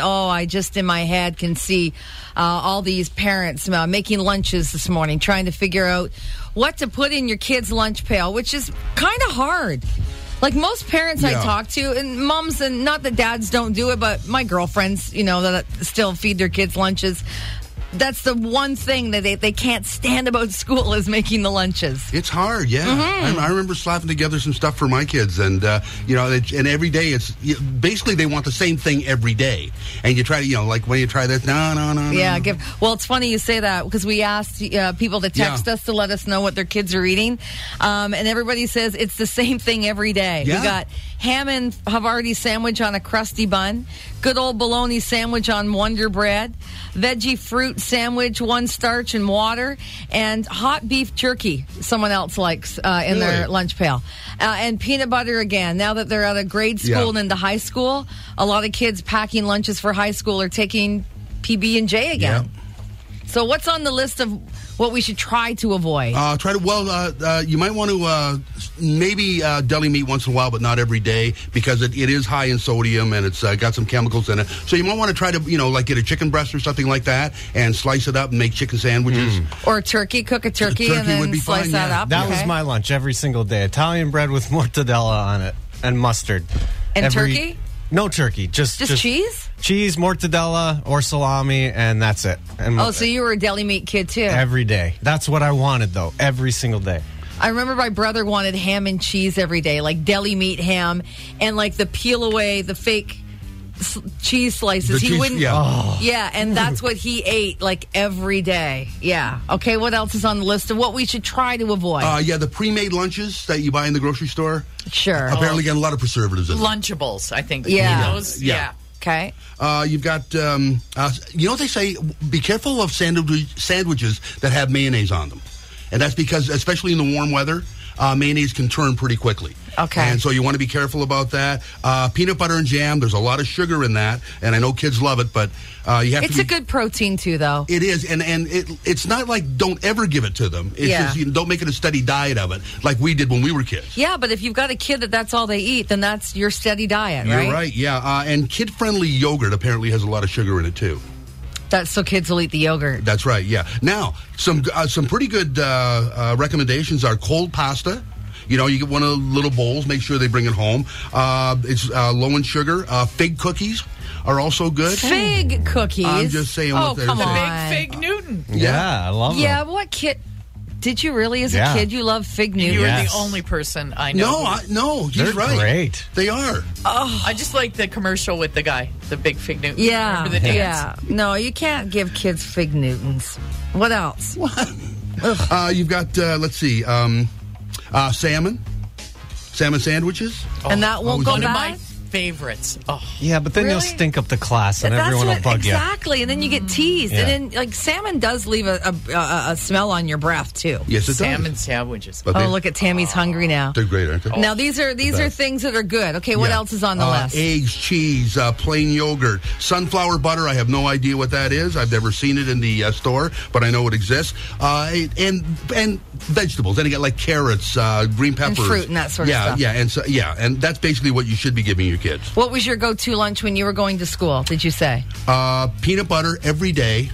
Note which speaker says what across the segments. Speaker 1: Oh, I just in my head can see uh, all these parents uh, making lunches this morning, trying to figure out what to put in your kid's lunch pail, which is kind of hard. Like most parents I
Speaker 2: Yeah.
Speaker 1: talk to, and moms, and not that dads don't do it, but my girlfriends, you know, that still feed their kids lunches. That's the one thing that they, they can't stand about school is making the lunches.
Speaker 2: It's hard, yeah. I, I remember slapping together some stuff for my kids, and uh, you know, it, and every day it's you- basically they want the same thing every day, and you try to, you know, like when you try this, no, no, no, no,
Speaker 1: Yeah,
Speaker 2: no.
Speaker 1: give. Well, it's funny you say that because we asked uh, people to text
Speaker 2: Yeah.
Speaker 1: us to let us know what their kids are eating, um, and everybody says it's the same thing every day.
Speaker 2: Yeah.
Speaker 1: We got ham and Havarti sandwich on a crusty bun, good old bologna sandwich on Wonder Bread, veggie fruit sandwich, one starch and water, and hot beef jerky. Someone else likes uh, in their
Speaker 2: Really?
Speaker 1: lunch pail, uh, and peanut butter again. Now that they're out of grade school
Speaker 2: Yeah.
Speaker 1: and into high school, a lot of kids packing lunches for high school are taking PB and J again. So what's on the list of what we should try to avoid?
Speaker 2: Uh, try to well. Uh, uh, you might want to uh, s- maybe uh, deli meat once in a while, but not every day because it, it is high in sodium and it's uh, got some chemicals in it. So you might want to try to you know like get a chicken breast or something like that and slice it up and make chicken sandwiches.
Speaker 1: or turkey, cook a turkey,
Speaker 2: turkey
Speaker 1: and then
Speaker 2: would be
Speaker 1: slice
Speaker 2: fine,
Speaker 1: that
Speaker 2: yeah.
Speaker 1: up.
Speaker 3: That
Speaker 1: okay?
Speaker 3: was my lunch every single day. Italian bread with mortadella on it and mustard.
Speaker 1: And
Speaker 3: Every-
Speaker 1: turkey?
Speaker 3: No turkey, just,
Speaker 1: Just cheese?
Speaker 3: cheese, mortadella, or salami, and that's it. And
Speaker 1: Oh, so you were a deli meat kid too.
Speaker 3: every day. That's what I wanted though. Every single day.
Speaker 1: I remember my brother wanted ham and cheese every day, like deli meat ham, and like the peel away the fake s- cheese slices.
Speaker 2: The
Speaker 1: he
Speaker 2: cheese-
Speaker 1: wouldn't.
Speaker 2: yeah. Oh.
Speaker 1: Yeah, and that's what he ate like every day. Yeah. Okay. What else is on the list of what we should try to avoid?
Speaker 2: Uh, yeah, the pre-made lunches that you buy in the grocery store
Speaker 1: sure.
Speaker 2: apparently got a lot of preservatives in. them.
Speaker 4: Lunchables, I think.
Speaker 1: Yeah.
Speaker 4: Those,
Speaker 2: Yeah.
Speaker 4: yeah.
Speaker 1: Okay.
Speaker 2: Uh, you've got, um, uh, you know what they say? Be careful of sandwich- sandwiches that have mayonnaise on them. And that's because, especially in the warm weather, uh, mayonnaise can turn pretty quickly.
Speaker 1: Okay.
Speaker 2: And so you want to be careful about that. Uh, peanut butter and jam, there's a lot of sugar in that. And I know kids love it, but uh, you have
Speaker 1: It's
Speaker 2: to
Speaker 1: a
Speaker 2: be-
Speaker 1: good protein too, though.
Speaker 2: It is, and, and it, it's not like don't ever give it to them. It's
Speaker 1: Yeah.
Speaker 2: just you know, don't make it a steady diet of it like we did when we were kids.
Speaker 1: Yeah, but if you've got a kid that that's all they eat, then that's your steady diet, right?
Speaker 2: You're right, yeah. Uh, and kid friendly yogurt apparently has a lot of sugar in it too.
Speaker 1: That's so kids will eat the yogurt.
Speaker 2: That's right. Yeah. Now, some uh, some pretty good uh, uh, recommendations are cold pasta. You know, you get one of the little bowls. Make sure they bring it home. Uh, it's uh, low in sugar. Uh, fig cookies are also good.
Speaker 1: Fig cookies.
Speaker 2: I'm just saying
Speaker 1: Oh,
Speaker 2: what they're
Speaker 1: come
Speaker 2: saying.
Speaker 1: on.
Speaker 4: Big Fig Newton.
Speaker 3: Yeah, I love
Speaker 1: Yeah,
Speaker 3: them.
Speaker 1: what kid? Did you really, as
Speaker 3: uh-uh. Yeah.
Speaker 1: a kid, you love fig
Speaker 4: You
Speaker 1: Newton?
Speaker 4: are
Speaker 3: Yes.
Speaker 4: the only person I know.
Speaker 2: No,
Speaker 4: who-
Speaker 2: I, no, he's
Speaker 3: They're
Speaker 2: right.
Speaker 3: great.
Speaker 2: They are.
Speaker 4: I just like the commercial with the guy, the Big Fig Newton.
Speaker 1: Yeah,
Speaker 4: Remember the dance?
Speaker 1: yeah. No, you can't give kids fig Newtons. What else?
Speaker 2: Uh, you've got uh, let's see, um, uh, salmon, salmon sandwiches.
Speaker 1: and Oh, that won't
Speaker 2: always
Speaker 1: go
Speaker 2: one
Speaker 4: One of
Speaker 1: bad.
Speaker 4: my favorites. Oh,
Speaker 3: Yeah, but then you'll
Speaker 1: Really?
Speaker 3: stink up the class and
Speaker 1: That's
Speaker 3: everyone
Speaker 1: what,
Speaker 3: will bug
Speaker 1: exactly, and then you get teased,
Speaker 3: Yeah.
Speaker 1: and then like salmon does leave a, a, a, a smell on your breath too.
Speaker 2: Yes, it
Speaker 4: salmon
Speaker 2: does.
Speaker 4: sandwiches.
Speaker 2: But
Speaker 1: Oh,
Speaker 2: they,
Speaker 1: look at Tammy's hungry now.
Speaker 2: they're great, aren't they?
Speaker 1: Now these are these are
Speaker 2: best.
Speaker 1: things that are good. Okay, what
Speaker 2: Oh. Yeah.
Speaker 1: else is on the
Speaker 2: Uh,
Speaker 1: list?
Speaker 2: Eggs, cheese, uh, plain yogurt, sunflower butter. I have no idea what that is. I've never seen it in the uh, store, but I know it exists. Uh, and and vegetables. Then you got like carrots, uh, green peppers,
Speaker 1: fruit and that sort of
Speaker 2: yeah,
Speaker 1: stuff.
Speaker 2: Yeah, and so, yeah, and that's basically what you should be giving your kids.
Speaker 1: What was your go-to lunch when you were going to school? Did you say?
Speaker 2: Uh, peanut butter every day.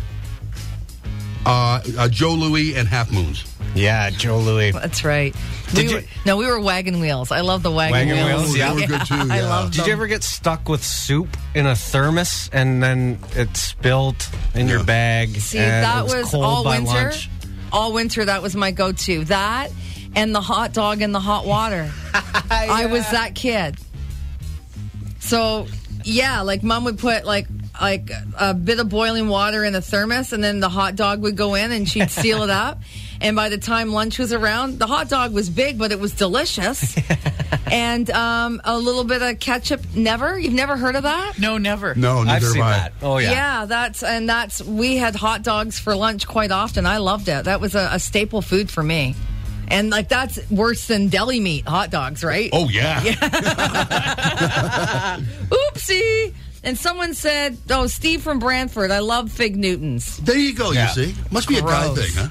Speaker 2: Uh, uh, Joe Louis and half moons.
Speaker 3: you. Yeah, Joe Louis.
Speaker 1: That's right.
Speaker 3: Did
Speaker 1: we
Speaker 3: you-
Speaker 1: were, no, we were wagon wheels. I love the wagon,
Speaker 3: Wagon
Speaker 1: wheels.
Speaker 3: wheels, yeah.
Speaker 2: Oh, They were good too.
Speaker 1: I
Speaker 2: yeah.
Speaker 1: love
Speaker 3: Did you ever get stuck with soup in a thermos and then it spilt in your
Speaker 2: Yeah.
Speaker 3: bag?
Speaker 1: See,
Speaker 3: and
Speaker 1: that
Speaker 3: it
Speaker 1: was,
Speaker 3: was, cold
Speaker 1: all
Speaker 3: by
Speaker 1: winter.
Speaker 3: lunch?
Speaker 1: All winter, that was my go-to. That and the hot dog in the hot water. I was that kid. So, yeah, like mom would put like like a bit of boiling water in a thermos, and then the hot dog would go in, and she'd seal it up. And by the time lunch was around, the hot dog was big, but it was delicious. and um, a little bit of ketchup. Never, you've never heard of that?
Speaker 4: No, never.
Speaker 2: No, neither
Speaker 3: I've
Speaker 2: have
Speaker 3: seen
Speaker 2: I.
Speaker 3: that. Oh yeah.
Speaker 1: that's and that's we had hot dogs for lunch quite often. I loved it. That was a, a staple food for me. And like that's worse than deli meat hot dogs, right?
Speaker 2: Oh yeah.
Speaker 1: Oopsie. And someone said, "Oh, Steve from Brantford, I love fig Newtons.
Speaker 2: There you go.
Speaker 3: Yeah.
Speaker 2: You see, must be a guy
Speaker 1: Gross.
Speaker 2: thing,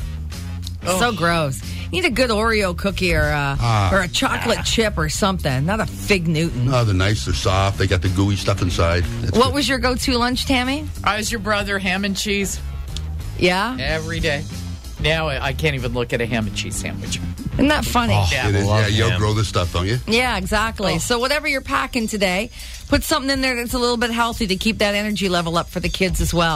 Speaker 2: huh?
Speaker 1: So gross." need a good Oreo cookie or a,
Speaker 2: Oh. Ah.
Speaker 1: or a chocolate chip or something. Not a fig Newton.
Speaker 2: Oh, they're nice. They're soft. They got the gooey stuff inside. It's
Speaker 1: what
Speaker 2: good.
Speaker 1: was your go-to lunch, Tammy?
Speaker 4: I was your brother, ham and cheese
Speaker 1: Yeah,
Speaker 4: every day. Now I I can't even look at a ham and cheese sandwich.
Speaker 1: isn't that funny?
Speaker 2: Oh,
Speaker 4: Yeah.
Speaker 2: it is.
Speaker 3: Love
Speaker 2: Yeah, you'll
Speaker 3: him.
Speaker 2: grow this stuff, don't you?
Speaker 1: Yeah, exactly. So whatever you're packing today, put something in there that's a little bit healthy to keep that energy level up for the kids as well.